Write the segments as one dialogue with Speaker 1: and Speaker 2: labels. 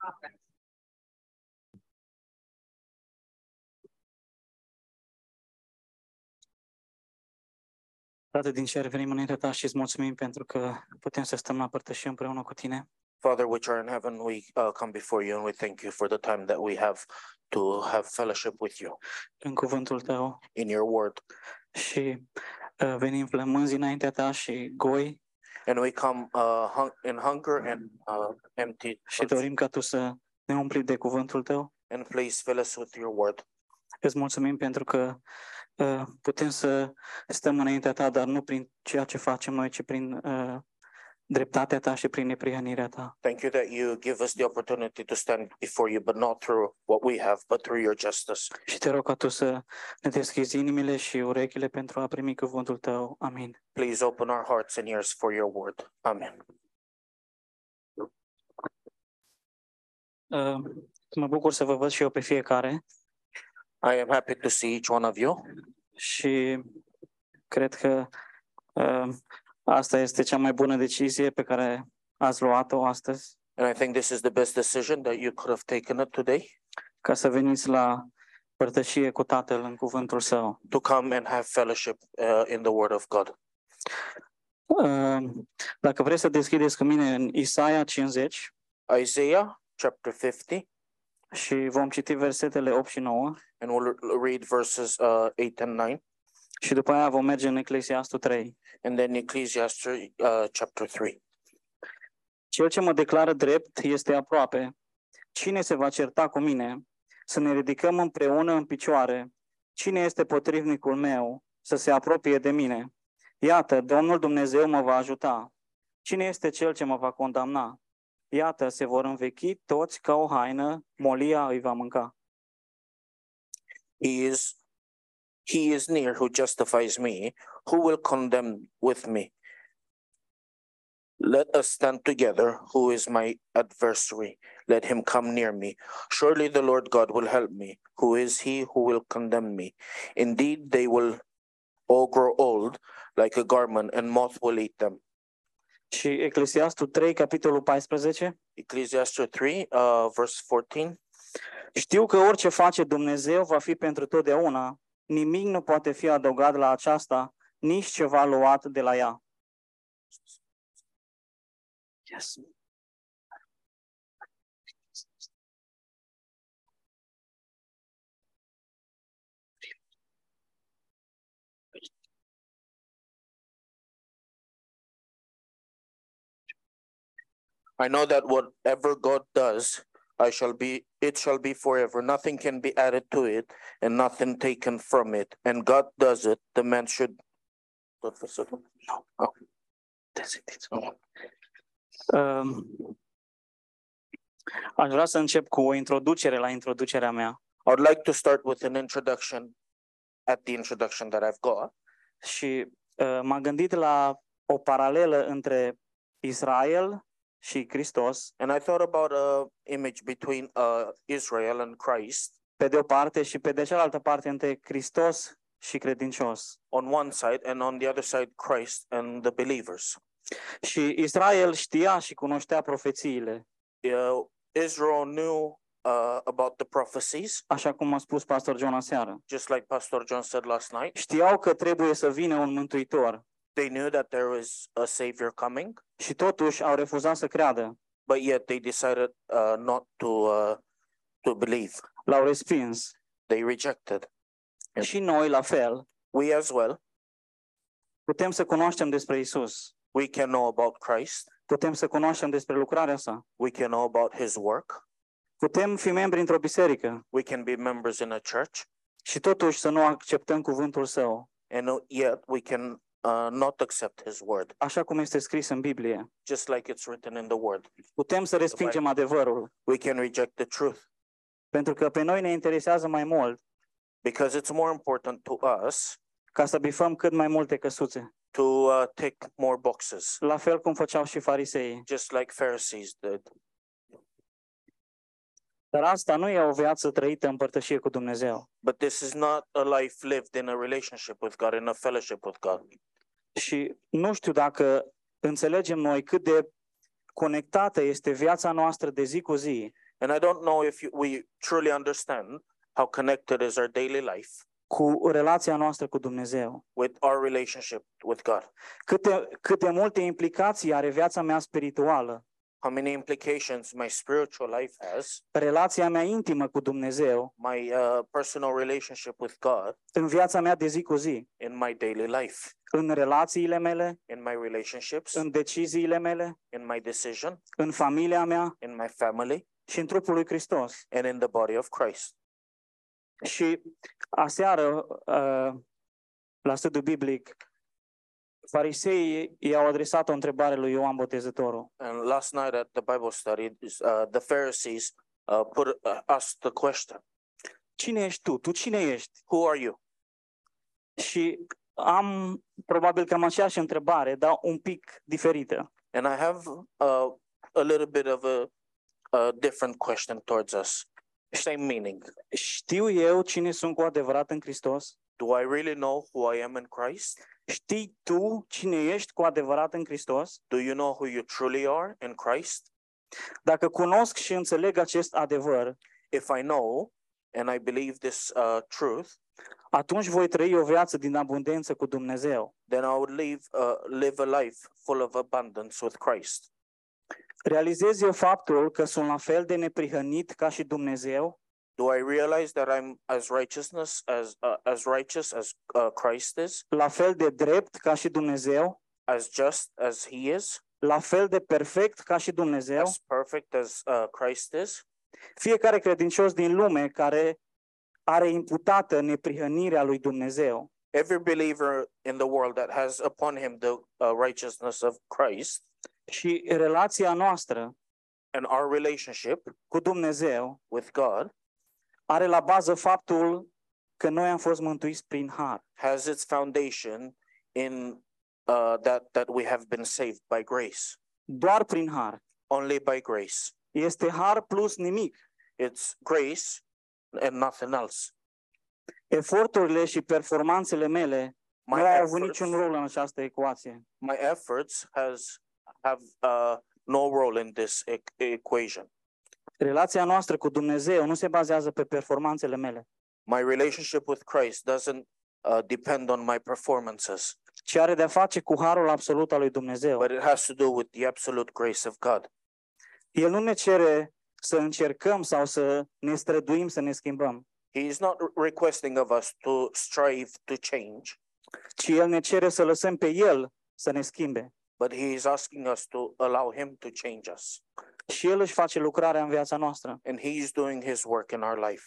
Speaker 1: conference.
Speaker 2: Tată din cer, venim înaintea ta și îți mulțumim pentru că putem să stăm la părtășie împreună cu tine.
Speaker 3: Father, which are in heaven, we uh, come before you and we thank you for the time that we have to have fellowship with you
Speaker 2: în cuvântul tău
Speaker 3: in your word.
Speaker 2: și uh, venim flămânzi înaintea ta și goi
Speaker 3: And we come uh, hung- in hunger and uh, empty.
Speaker 2: și dorim ca tu să ne umpli de cuvântul tău.
Speaker 3: And please fill us with your word.
Speaker 2: Îți mulțumim pentru că uh, putem să stăm înaintea ta, dar nu prin ceea ce facem noi, ci prin uh, dreptatea ta și prin neprihănirea ta.
Speaker 3: Thank you that you give us the opportunity to stand before you, but not through what we have, but through your justice.
Speaker 2: Și te rog ca tu să ne deschizi inimile și urechile pentru a primi cuvântul tău. Amin.
Speaker 3: Please open our hearts and ears for your word. Amen.
Speaker 2: Uh, mă bucur să vă văd și eu pe fiecare.
Speaker 3: I am happy to see each one of you.
Speaker 2: și cred că uh, asta este cea mai bună decizie pe care ați luat-o astăzi,
Speaker 3: And I think this is the best decision that you could have taken it today
Speaker 2: ca să veniți la părtășie cu Tatăl în cuvântul Său.
Speaker 3: to come and have fellowship uh, in the word of God.
Speaker 2: Uh, Dacă vreți să deschideți cu mine în Isaia 50
Speaker 3: Isaiah chapter 50,
Speaker 2: și vom citi versetele 8 și 9
Speaker 3: and we'll l- read verses uh, 8 and 9,
Speaker 2: și după aia vom merge în Eclesiastul 3.
Speaker 3: and then Ecclesiastes uh, chapter 3.
Speaker 2: Cel ce mă declară drept este aproape. Cine se va certa cu mine? Să ne ridicăm împreună în picioare. Cine este potrivnicul meu? Să se apropie de mine. Iată, Domnul Dumnezeu mă va ajuta. Cine este cel ce mă va condamna? Iată, se vor învechi toți ca o haină, molia îi va mânca.
Speaker 3: He is he is near who justifies me, who will condemn with me. Let us stand together, who is my adversary. Let him come near me. Surely the Lord God will help me. Who is he who will condemn me? Indeed, they will all grow old like a garment, and moth will eat them.
Speaker 2: Și Eclesiastul 3, capitolul 14.
Speaker 3: Ecclesiastes 3, uh, verse 14.
Speaker 2: Știu că orice face Dumnezeu va fi pentru totdeauna. Nimic nu poate fi adăugat la aceasta, nici ceva luat de la ea. Yes.
Speaker 3: I know that whatever God does, I shall be it shall be forever. Nothing can be added to it and nothing taken from it. And God does it, the man should What was it? No. Oh, oh.
Speaker 2: Um, aș vrea să încep cu o introducere la introducerea mea
Speaker 3: I would like to start with an introduction at the introduction that I've got.
Speaker 2: și uh, m-am gândit la o paralelă între Israel și Hristos,
Speaker 3: And I thought about a image between uh, Israel and Christ
Speaker 2: pe de o parte, și pe de cealaltă parte între Hristos și credincios.
Speaker 3: on one side and on the other side Christ and the believers.
Speaker 2: Și Israel știa și cunoștea profețiile,
Speaker 3: Uh, Israel knew uh, about the prophecies
Speaker 2: așa cum a spus pastor John aseară.
Speaker 3: just like Pastor John said last night,
Speaker 2: Știau că trebuie să vină un mântuitor
Speaker 3: they knew that there was a savior coming,
Speaker 2: și totuși au refuzat să creadă,
Speaker 3: but yet they decided uh, not to uh, to believe.
Speaker 2: l-au respins.
Speaker 3: They rejected. Yep.
Speaker 2: Și noi, la fel,
Speaker 3: We as well,
Speaker 2: putem să cunoaștem despre Isus,
Speaker 3: we can know about Christ,
Speaker 2: putem să cunoaștem despre lucrarea sa,
Speaker 3: we can know about his work,
Speaker 2: putem fi membri într-o biserică
Speaker 3: we can be members in a church,
Speaker 2: și totuși să nu acceptăm cuvântul său,
Speaker 3: and uh, yet we can uh, not accept his word,
Speaker 2: așa cum este scris în Biblie.
Speaker 3: just like it's written in the word.
Speaker 2: Putem să respingem adevărul,
Speaker 3: We can reject the truth
Speaker 2: pentru că pe noi ne interesează mai mult
Speaker 3: because it's more important to us
Speaker 2: ca să bifăm cât mai multe căsuțe,
Speaker 3: to uh, tick more boxes,
Speaker 2: la fel cum făceau și fariseii.
Speaker 3: just like Pharisees did.
Speaker 2: Dar asta nu e o viață trăită în părtășie cu Dumnezeu.
Speaker 3: But this is not a life lived in a relationship with God, in a fellowship with God.
Speaker 2: Și nu știu dacă înțelegem noi cât de conectată este viața noastră de zi cu zi
Speaker 3: And I don't know if you, we truly understand how connected is our daily life
Speaker 2: cu relația noastră cu Dumnezeu.
Speaker 3: with our relationship with God.
Speaker 2: Câte, câte multe implicații are viața mea spirituală,
Speaker 3: How many implications my spiritual life has,
Speaker 2: relația mea intimă cu Dumnezeu,
Speaker 3: my uh, personal relationship with God
Speaker 2: în viața mea de zi cu zi,
Speaker 3: in my daily life,
Speaker 2: în relațiile mele,
Speaker 3: in my relationships,
Speaker 2: în deciziile mele,
Speaker 3: in my decision,
Speaker 2: în familia mea
Speaker 3: in my family,
Speaker 2: și în trupul lui Hristos.
Speaker 3: and in the body of Christ.
Speaker 2: Și aseară, uh, la studiu biblic, fariseii i-au adresat o întrebare lui Ioan Botezătorul.
Speaker 3: And last night at the Bible study, uh, the Pharisees uh, put uh, asked the question,
Speaker 2: Cine ești tu? Tu cine ești?
Speaker 3: "Who are you?"
Speaker 2: Și am probabil cam aceeași întrebare, dar un pic diferită.
Speaker 3: And I have uh, a little bit of a, a different question towards us. Same meaning.
Speaker 2: Știu eu cine sunt cu adevărat în Hristos?
Speaker 3: Do I really know who I am in Christ?
Speaker 2: Știi tu cine ești cu adevărat în Hristos?
Speaker 3: Do you know who you truly are in Christ?
Speaker 2: Dacă cunosc și înțeleg acest adevăr,
Speaker 3: If I know and I believe this uh, truth,
Speaker 2: atunci voi trăi o viață din abundență cu Dumnezeu.
Speaker 3: then I would live uh, live a life full of abundance with Christ.
Speaker 2: Realizez eu faptul că sunt la fel de neprihănit ca și Dumnezeu?
Speaker 3: Do I realize that I'm as righteousness as uh, as righteous as uh, Christ is?
Speaker 2: La fel de drept ca și Dumnezeu?
Speaker 3: as just as he is,
Speaker 2: La fel de perfect ca și Dumnezeu?
Speaker 3: as perfect as uh, Christ is.
Speaker 2: Fiecare credincios din lume care are imputată neprihănirea lui Dumnezeu
Speaker 3: Every believer in the world that has upon him the uh, righteousness of Christ
Speaker 2: și relația noastră
Speaker 3: and our relationship
Speaker 2: cu Dumnezeu
Speaker 3: with God
Speaker 2: are la bază faptul că noi am fost mântuiți prin har.
Speaker 3: has its foundation in uh, that that we have been saved by grace,
Speaker 2: Doar prin har.
Speaker 3: only by grace.
Speaker 2: Este har plus nimic.
Speaker 3: It's grace and nothing else.
Speaker 2: Eforturile și performanțele mele
Speaker 3: My
Speaker 2: nu au avut
Speaker 3: efforts,
Speaker 2: niciun rol în această ecuație.
Speaker 3: my efforts has have uh, no role in this e- equation.
Speaker 2: Relația noastră cu Dumnezeu nu se bazează pe performanțele mele,
Speaker 3: my relationship with Christ doesn't uh, depend on my performances,
Speaker 2: ci are de-a face cu harul absolut al lui Dumnezeu.
Speaker 3: but it has to do with the absolute grace of God.
Speaker 2: El nu ne cere să încercăm sau să ne străduim să ne schimbăm,
Speaker 3: He is not re- requesting of us to strive to change,
Speaker 2: ci El ne cere să lăsăm pe El să ne schimbe.
Speaker 3: but He is asking us to allow Him to change us.
Speaker 2: Și El își face lucrarea în viața noastră,
Speaker 3: And He is doing His work in our life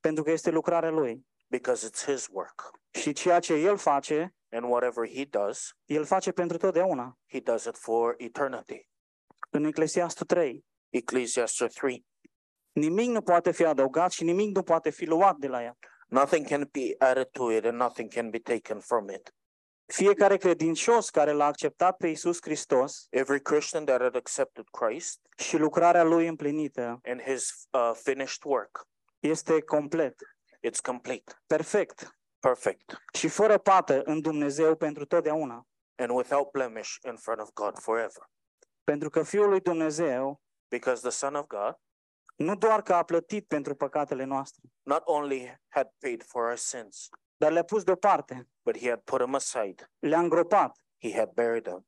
Speaker 2: pentru că este lucrarea Lui.
Speaker 3: because it's His work.
Speaker 2: Și ceea ce El face,
Speaker 3: And whatever He does,
Speaker 2: El face pentru totdeauna.
Speaker 3: He does it for eternity.
Speaker 2: În Eclesiastul 3,
Speaker 3: Ecclesiastes 3
Speaker 2: nimic nu poate fi adăugat și nimic nu poate fi luat de la ea.
Speaker 3: Nothing can be added to it and nothing can be taken from it.
Speaker 2: Fiecare credincios care l-a acceptat pe Iisus Hristos
Speaker 3: Every Christian that had accepted Christ
Speaker 2: și lucrarea Lui împlinită
Speaker 3: and His uh, finished work
Speaker 2: este complet,
Speaker 3: It's complete,
Speaker 2: perfect
Speaker 3: perfect,
Speaker 2: și fără pată în Dumnezeu pentru totdeauna.
Speaker 3: and without blemish in front of God forever.
Speaker 2: Pentru că Fiul lui Dumnezeu
Speaker 3: Because the Son of God
Speaker 2: nu doar că a plătit pentru păcatele noastre,
Speaker 3: not only had paid for our sins,
Speaker 2: dar le-a pus deoparte,
Speaker 3: but he had put them aside,
Speaker 2: le-a îngropat.
Speaker 3: he had buried them,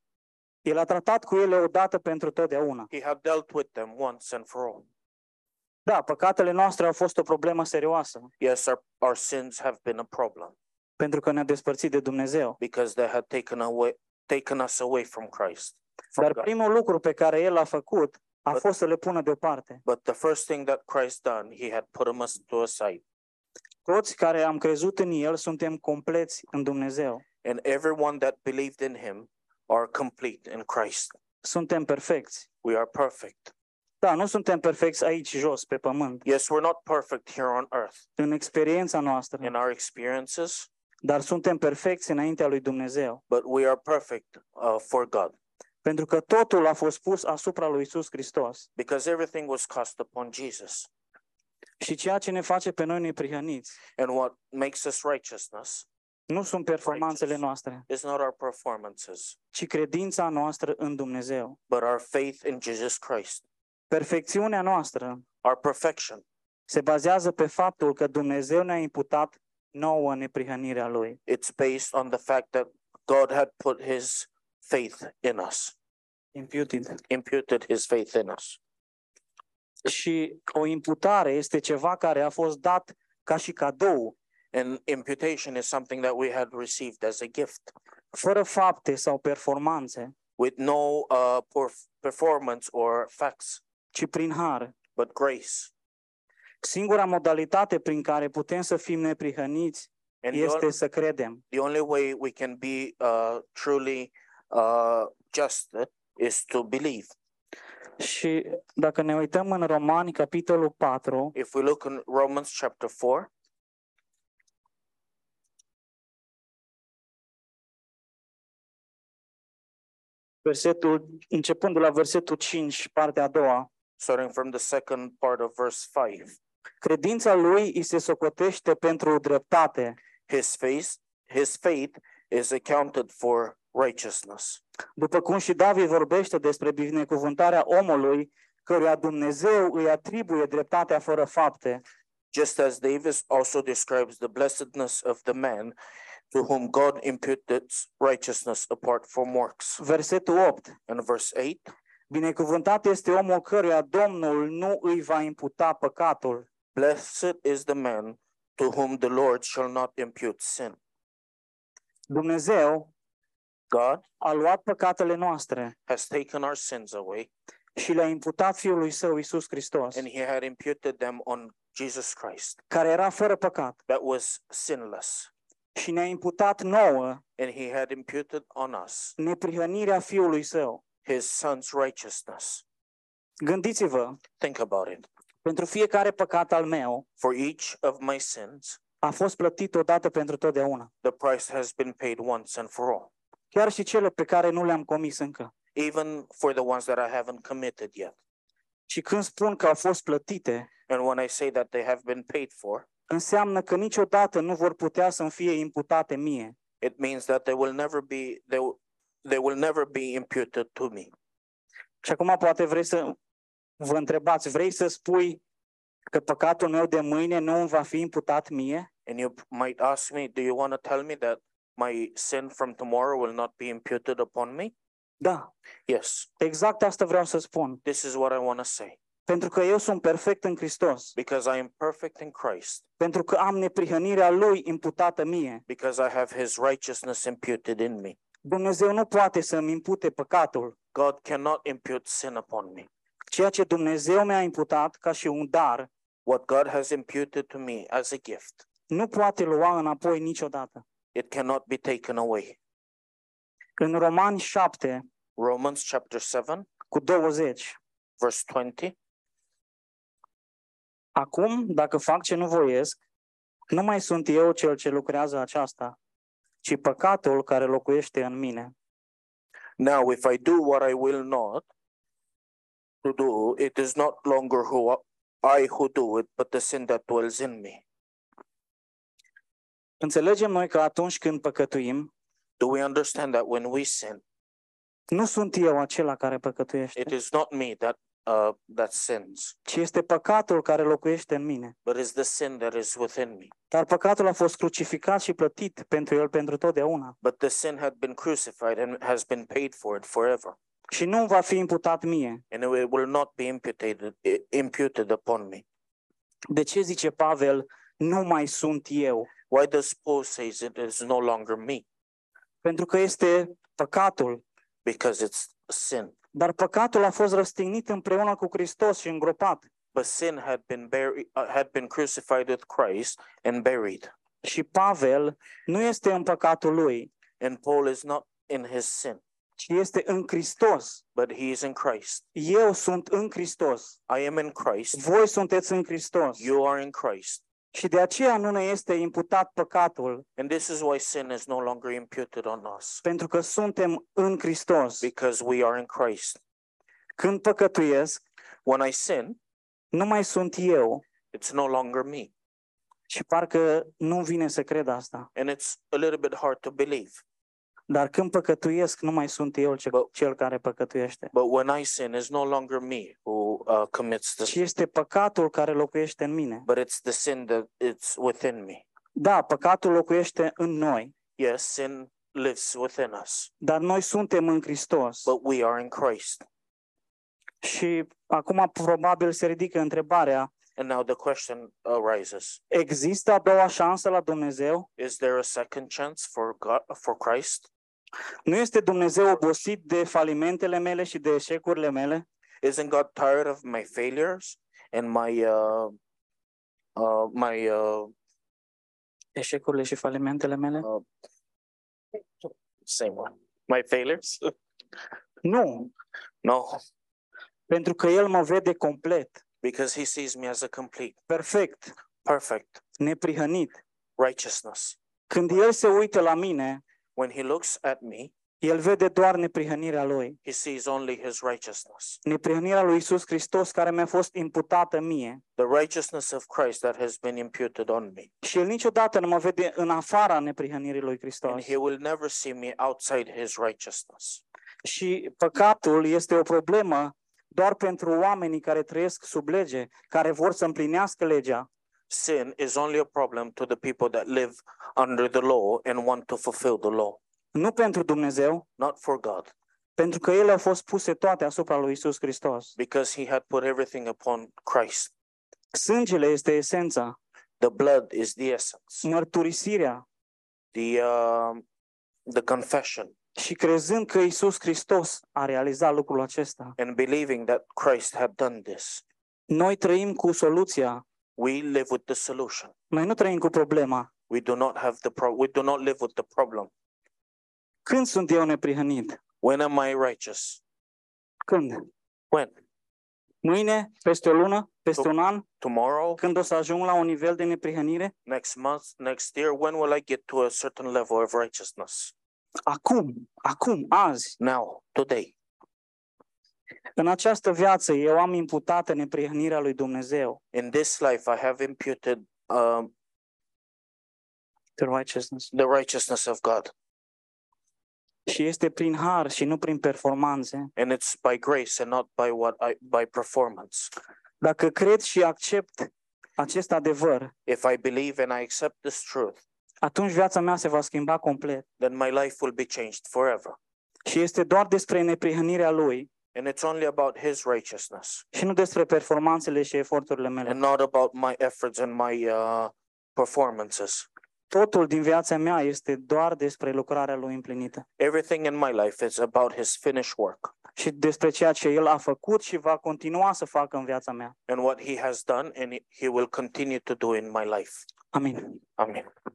Speaker 2: El a tratat cu ele odată pentru totdeauna.
Speaker 3: he had dealt with them once and for all.
Speaker 2: Da, păcatele noastre au fost o problemă serioasă,
Speaker 3: Yes, our, our sins have been a problem
Speaker 2: pentru că ne-a despărțit de Dumnezeu.
Speaker 3: because they had taken away taken us away from Christ. from
Speaker 2: Dar
Speaker 3: God.
Speaker 2: primul lucru pe care El l-a făcut a fost să le pună deoparte.
Speaker 3: But the first thing that Christ done, he had put them as- to aside.
Speaker 2: Toți care am crezut în El suntem compleți în Dumnezeu.
Speaker 3: And everyone that believed in him are complete in Christ.
Speaker 2: Suntem perfecți.
Speaker 3: We are perfect.
Speaker 2: Da, nu suntem perfecți aici jos, pe pământ,
Speaker 3: Yes, we're not perfect here on earth.
Speaker 2: în experiența noastră,
Speaker 3: in our experiences,
Speaker 2: dar suntem perfecți înaintea lui Dumnezeu.
Speaker 3: but we are perfect uh, for God
Speaker 2: Pentru că totul a fost pus asupra lui Isus Hristos.
Speaker 3: because everything was cast upon Jesus.
Speaker 2: Și ceea ce ne face pe noi neprihăniți
Speaker 3: And what makes us righteousness
Speaker 2: nu sunt performanțele
Speaker 3: Righteous.
Speaker 2: noastre,
Speaker 3: is not our performances,
Speaker 2: ci credința noastră în Dumnezeu.
Speaker 3: but our faith in Jesus Christ.
Speaker 2: Perfecțiunea noastră
Speaker 3: our perfection,
Speaker 2: se bazează pe faptul că Dumnezeu ne-a imputat nouă neprihănirea Lui.
Speaker 3: it's based on the fact that God had put his faith in us,
Speaker 2: Imputed.
Speaker 3: imputed his faith in us.
Speaker 2: Și o imputare este ceva care a fost dat ca și cadou,
Speaker 3: And imputation is something that we had received as a gift
Speaker 2: fără fapte sau performanțe,
Speaker 3: with no uh, perf- performance or facts,
Speaker 2: ci prin har.
Speaker 3: but grace.
Speaker 2: Singura modalitate prin care putem să fim neprihăniți
Speaker 3: And the,
Speaker 2: este
Speaker 3: on-
Speaker 2: să credem.
Speaker 3: the only way we can be uh, truly uh, just is to believe.
Speaker 2: Și dacă ne uităm în Romani, capitolul 4,
Speaker 3: If we look in Romans chapter 4,
Speaker 2: versetul, începând de la versetul 5, partea a doua,
Speaker 3: starting from the second part of verse 5,
Speaker 2: Credința lui îi se socotește pentru dreptate.
Speaker 3: his faith, his faith is accounted for righteousness.
Speaker 2: După cum și David vorbește despre binecuvântarea omului, căruia Dumnezeu îi atribuie dreptatea fără fapte.
Speaker 3: Just as Davis also describes the blessedness of the man to whom God imputed righteousness apart from works.
Speaker 2: Versetul 8.
Speaker 3: And verse 8,
Speaker 2: Binecuvântat este omul căruia Domnul nu îi va imputa păcatul.
Speaker 3: blessed is the man to whom the Lord shall not impute sin.
Speaker 2: Dumnezeu
Speaker 3: God
Speaker 2: a luat păcatele noastre
Speaker 3: has taken our sins away
Speaker 2: și le-a imputat Fiului Său, Isus Hristos,
Speaker 3: and he had imputed them on Jesus Christ
Speaker 2: care era fără păcat
Speaker 3: that was sinless.
Speaker 2: și ne-a imputat nouă
Speaker 3: And he had imputed on us
Speaker 2: neprihănirea Fiului Său.
Speaker 3: his son's righteousness.
Speaker 2: Gândiți-vă,
Speaker 3: Think about it.
Speaker 2: pentru fiecare păcat al meu,
Speaker 3: For each of my sins,
Speaker 2: a fost plătit odată pentru totdeauna.
Speaker 3: the price has been paid once and for all,
Speaker 2: Chiar și cele pe care nu le-am comis încă.
Speaker 3: even for the ones that I haven't committed yet.
Speaker 2: Și când spun că au fost plătite,
Speaker 3: And when I say that they have been paid for,
Speaker 2: înseamnă că niciodată nu vor putea să-mi fie imputate mie.
Speaker 3: it means that they will never be they, will- they will never be imputed to me.
Speaker 2: Și acum poate vrei să vă întrebați, vrei să spui că păcatul meu de mâine nu îmi va fi imputat mie?
Speaker 3: And you might ask me, do you want to tell me that my sin from tomorrow will not be imputed upon me?
Speaker 2: Da,
Speaker 3: Yes,
Speaker 2: exact asta vreau să spun.
Speaker 3: this is what I want to say.
Speaker 2: Pentru că eu sunt perfect în Hristos,
Speaker 3: Because I am perfect in Christ,
Speaker 2: pentru că am neprihănirea Lui imputată mie.
Speaker 3: because I have his righteousness imputed in me.
Speaker 2: Dumnezeu nu poate să-mi impute păcatul.
Speaker 3: God cannot impute sin upon me.
Speaker 2: Ceea ce Dumnezeu mi-a imputat ca și un dar,
Speaker 3: What God has imputed to me as a gift,
Speaker 2: nu poate lua înapoi niciodată.
Speaker 3: it cannot be taken away.
Speaker 2: În Romani 7
Speaker 3: Romans chapter 7,
Speaker 2: cu 20,
Speaker 3: verse 20.
Speaker 2: acum, dacă fac ce nu voiesc, nu mai sunt eu cel ce lucrează aceasta, ci păcatul care locuiește în mine.
Speaker 3: Now, if I do what I will not to do, it is not longer who I who do it, but the sin that dwells in me.
Speaker 2: Înțelegem noi că atunci când păcătuim,
Speaker 3: Do we understand that when we sin,
Speaker 2: nu sunt eu acela care
Speaker 3: it
Speaker 2: păcătuiește,
Speaker 3: is not me that uh, that sins,
Speaker 2: ci este păcatul care locuiește în mine.
Speaker 3: but is the sin that is within me?
Speaker 2: Dar păcatul a fost crucificat și plătit pentru el pentru totdeauna
Speaker 3: But the sin had been crucified and has been paid for it forever,
Speaker 2: și nu va fi imputat mie.
Speaker 3: and it will not be imputed i- imputed upon me.
Speaker 2: De ce zice Pavel, nu mai sunt eu?
Speaker 3: Why does Paul says it is no longer me?
Speaker 2: Pentru că este păcatul.
Speaker 3: Because it's sin.
Speaker 2: Dar păcatul a fost răstignit împreună cu Hristos și îngropat.
Speaker 3: But sin had been buried, uh, had been crucified with Christ and buried.
Speaker 2: Și Pavel nu este în păcatul lui,
Speaker 3: And Paul is not in his sin,
Speaker 2: ci este în Hristos.
Speaker 3: but he is in Christ.
Speaker 2: Eu sunt în Hristos.
Speaker 3: I am in Christ.
Speaker 2: Voi sunteți în Hristos.
Speaker 3: You are in Christ.
Speaker 2: Și de aceea nu ne este imputat păcatul,
Speaker 3: And this is why sin is no longer imputed on us,
Speaker 2: pentru că suntem în Hristos.
Speaker 3: because we are in Christ.
Speaker 2: Când păcătuiesc,
Speaker 3: When I sin,
Speaker 2: nu mai sunt eu.
Speaker 3: it's no longer me.
Speaker 2: Și parcă nu vine să cred asta.
Speaker 3: And it's a little bit hard to believe.
Speaker 2: Dar când păcătuiesc, nu mai sunt eu ce-
Speaker 3: Bă-
Speaker 2: cel care păcătuiește,
Speaker 3: But when I sin, it's no longer me who uh, commits the
Speaker 2: ci
Speaker 3: sin,
Speaker 2: este păcatul care locuiește în mine.
Speaker 3: but it's the sin that it's within me.
Speaker 2: Da, păcatul locuiește în noi,
Speaker 3: Yes, sin lives within us,
Speaker 2: dar noi suntem în Hristos.
Speaker 3: but we are in Christ.
Speaker 2: Și acum probabil se ridică întrebarea,
Speaker 3: And now the question arises:
Speaker 2: există a doua șansă la Dumnezeu?
Speaker 3: Is there a second chance for God for Christ?
Speaker 2: Nu este Dumnezeu obosit de falimentele mele și de eșecurile mele?
Speaker 3: Isn't God tired of my failures and my uh, uh, my uh,
Speaker 2: Eșecurile și falimentele mele?
Speaker 3: same one, my failures?
Speaker 2: Nu,
Speaker 3: no,
Speaker 2: pentru că El mă vede complet,
Speaker 3: because He sees me as a complete,
Speaker 2: perfect,
Speaker 3: perfect
Speaker 2: neprihănit.
Speaker 3: righteousness.
Speaker 2: Când El se uită la mine,
Speaker 3: When He looks at me,
Speaker 2: El vede doar neprihănirea Lui.
Speaker 3: He sees only His righteousness.
Speaker 2: neprihănirea lui Isus Hristos care mi-a fost imputată mie.
Speaker 3: the righteousness of Christ that has been imputed on me.
Speaker 2: Și El niciodată nu mă vede în afara neprihănirii lui
Speaker 3: And
Speaker 2: Hristos.
Speaker 3: he will never see me outside his righteousness.
Speaker 2: Și păcatul este o problemă doar pentru oamenii care trăiesc sub lege, care vor să împlinească legea.
Speaker 3: Sin is only a problem to the people that live under the law and want to fulfill the law,
Speaker 2: Nu pentru Dumnezeu,
Speaker 3: not for God,
Speaker 2: pentru că ele au fost puse toate asupra lui Isus Hristos.
Speaker 3: because he had put everything upon Christ.
Speaker 2: Sângele este esența,
Speaker 3: The blood is the essence,
Speaker 2: mărturisirea.
Speaker 3: the um, the confession,
Speaker 2: Și crezând că Isus Hristos a realizat lucrul acesta,
Speaker 3: and believing that Christ had done this.
Speaker 2: noi trăim cu soluția,
Speaker 3: We live with the solution.
Speaker 2: noi nu trăim cu problema.
Speaker 3: We do not have the pro- we do not live with the problem.
Speaker 2: Când sunt eu neprihănit?
Speaker 3: When am I righteous?
Speaker 2: Când?
Speaker 3: When?
Speaker 2: Mâine, peste o lună, peste un an,
Speaker 3: Tomorrow?
Speaker 2: când o să ajung la un nivel de neprihănire?
Speaker 3: next month, next year, when will I get to a certain level of righteousness?
Speaker 2: Acum, acum, azi,
Speaker 3: Now, today,
Speaker 2: în această viață, eu am imputată neprihănirea lui Dumnezeu.
Speaker 3: in this life, I have imputed um,
Speaker 2: The righteousness.
Speaker 3: the righteousness of God,
Speaker 2: Și este prin har și nu prin performanțe.
Speaker 3: and it's by grace and not by what I by performance.
Speaker 2: Dacă cred și accept acest adevăr,
Speaker 3: If I believe and I accept this truth,
Speaker 2: atunci viața mea se va schimba complet.
Speaker 3: then my life will be changed forever.
Speaker 2: Și este doar despre neprihănirea lui
Speaker 3: And it's only about His righteousness,
Speaker 2: și nu despre performanțele și eforturile mele.
Speaker 3: and not about my efforts and my uh, performances.
Speaker 2: Totul din viața mea este doar despre lucrarea lui împlinită.
Speaker 3: Everything in my life is about His finished work
Speaker 2: și despre ceea ce El a făcut și va continua să facă în viața mea.
Speaker 3: and what He has done, and He- He will continue to do in my life.
Speaker 2: Amin.
Speaker 3: Amen.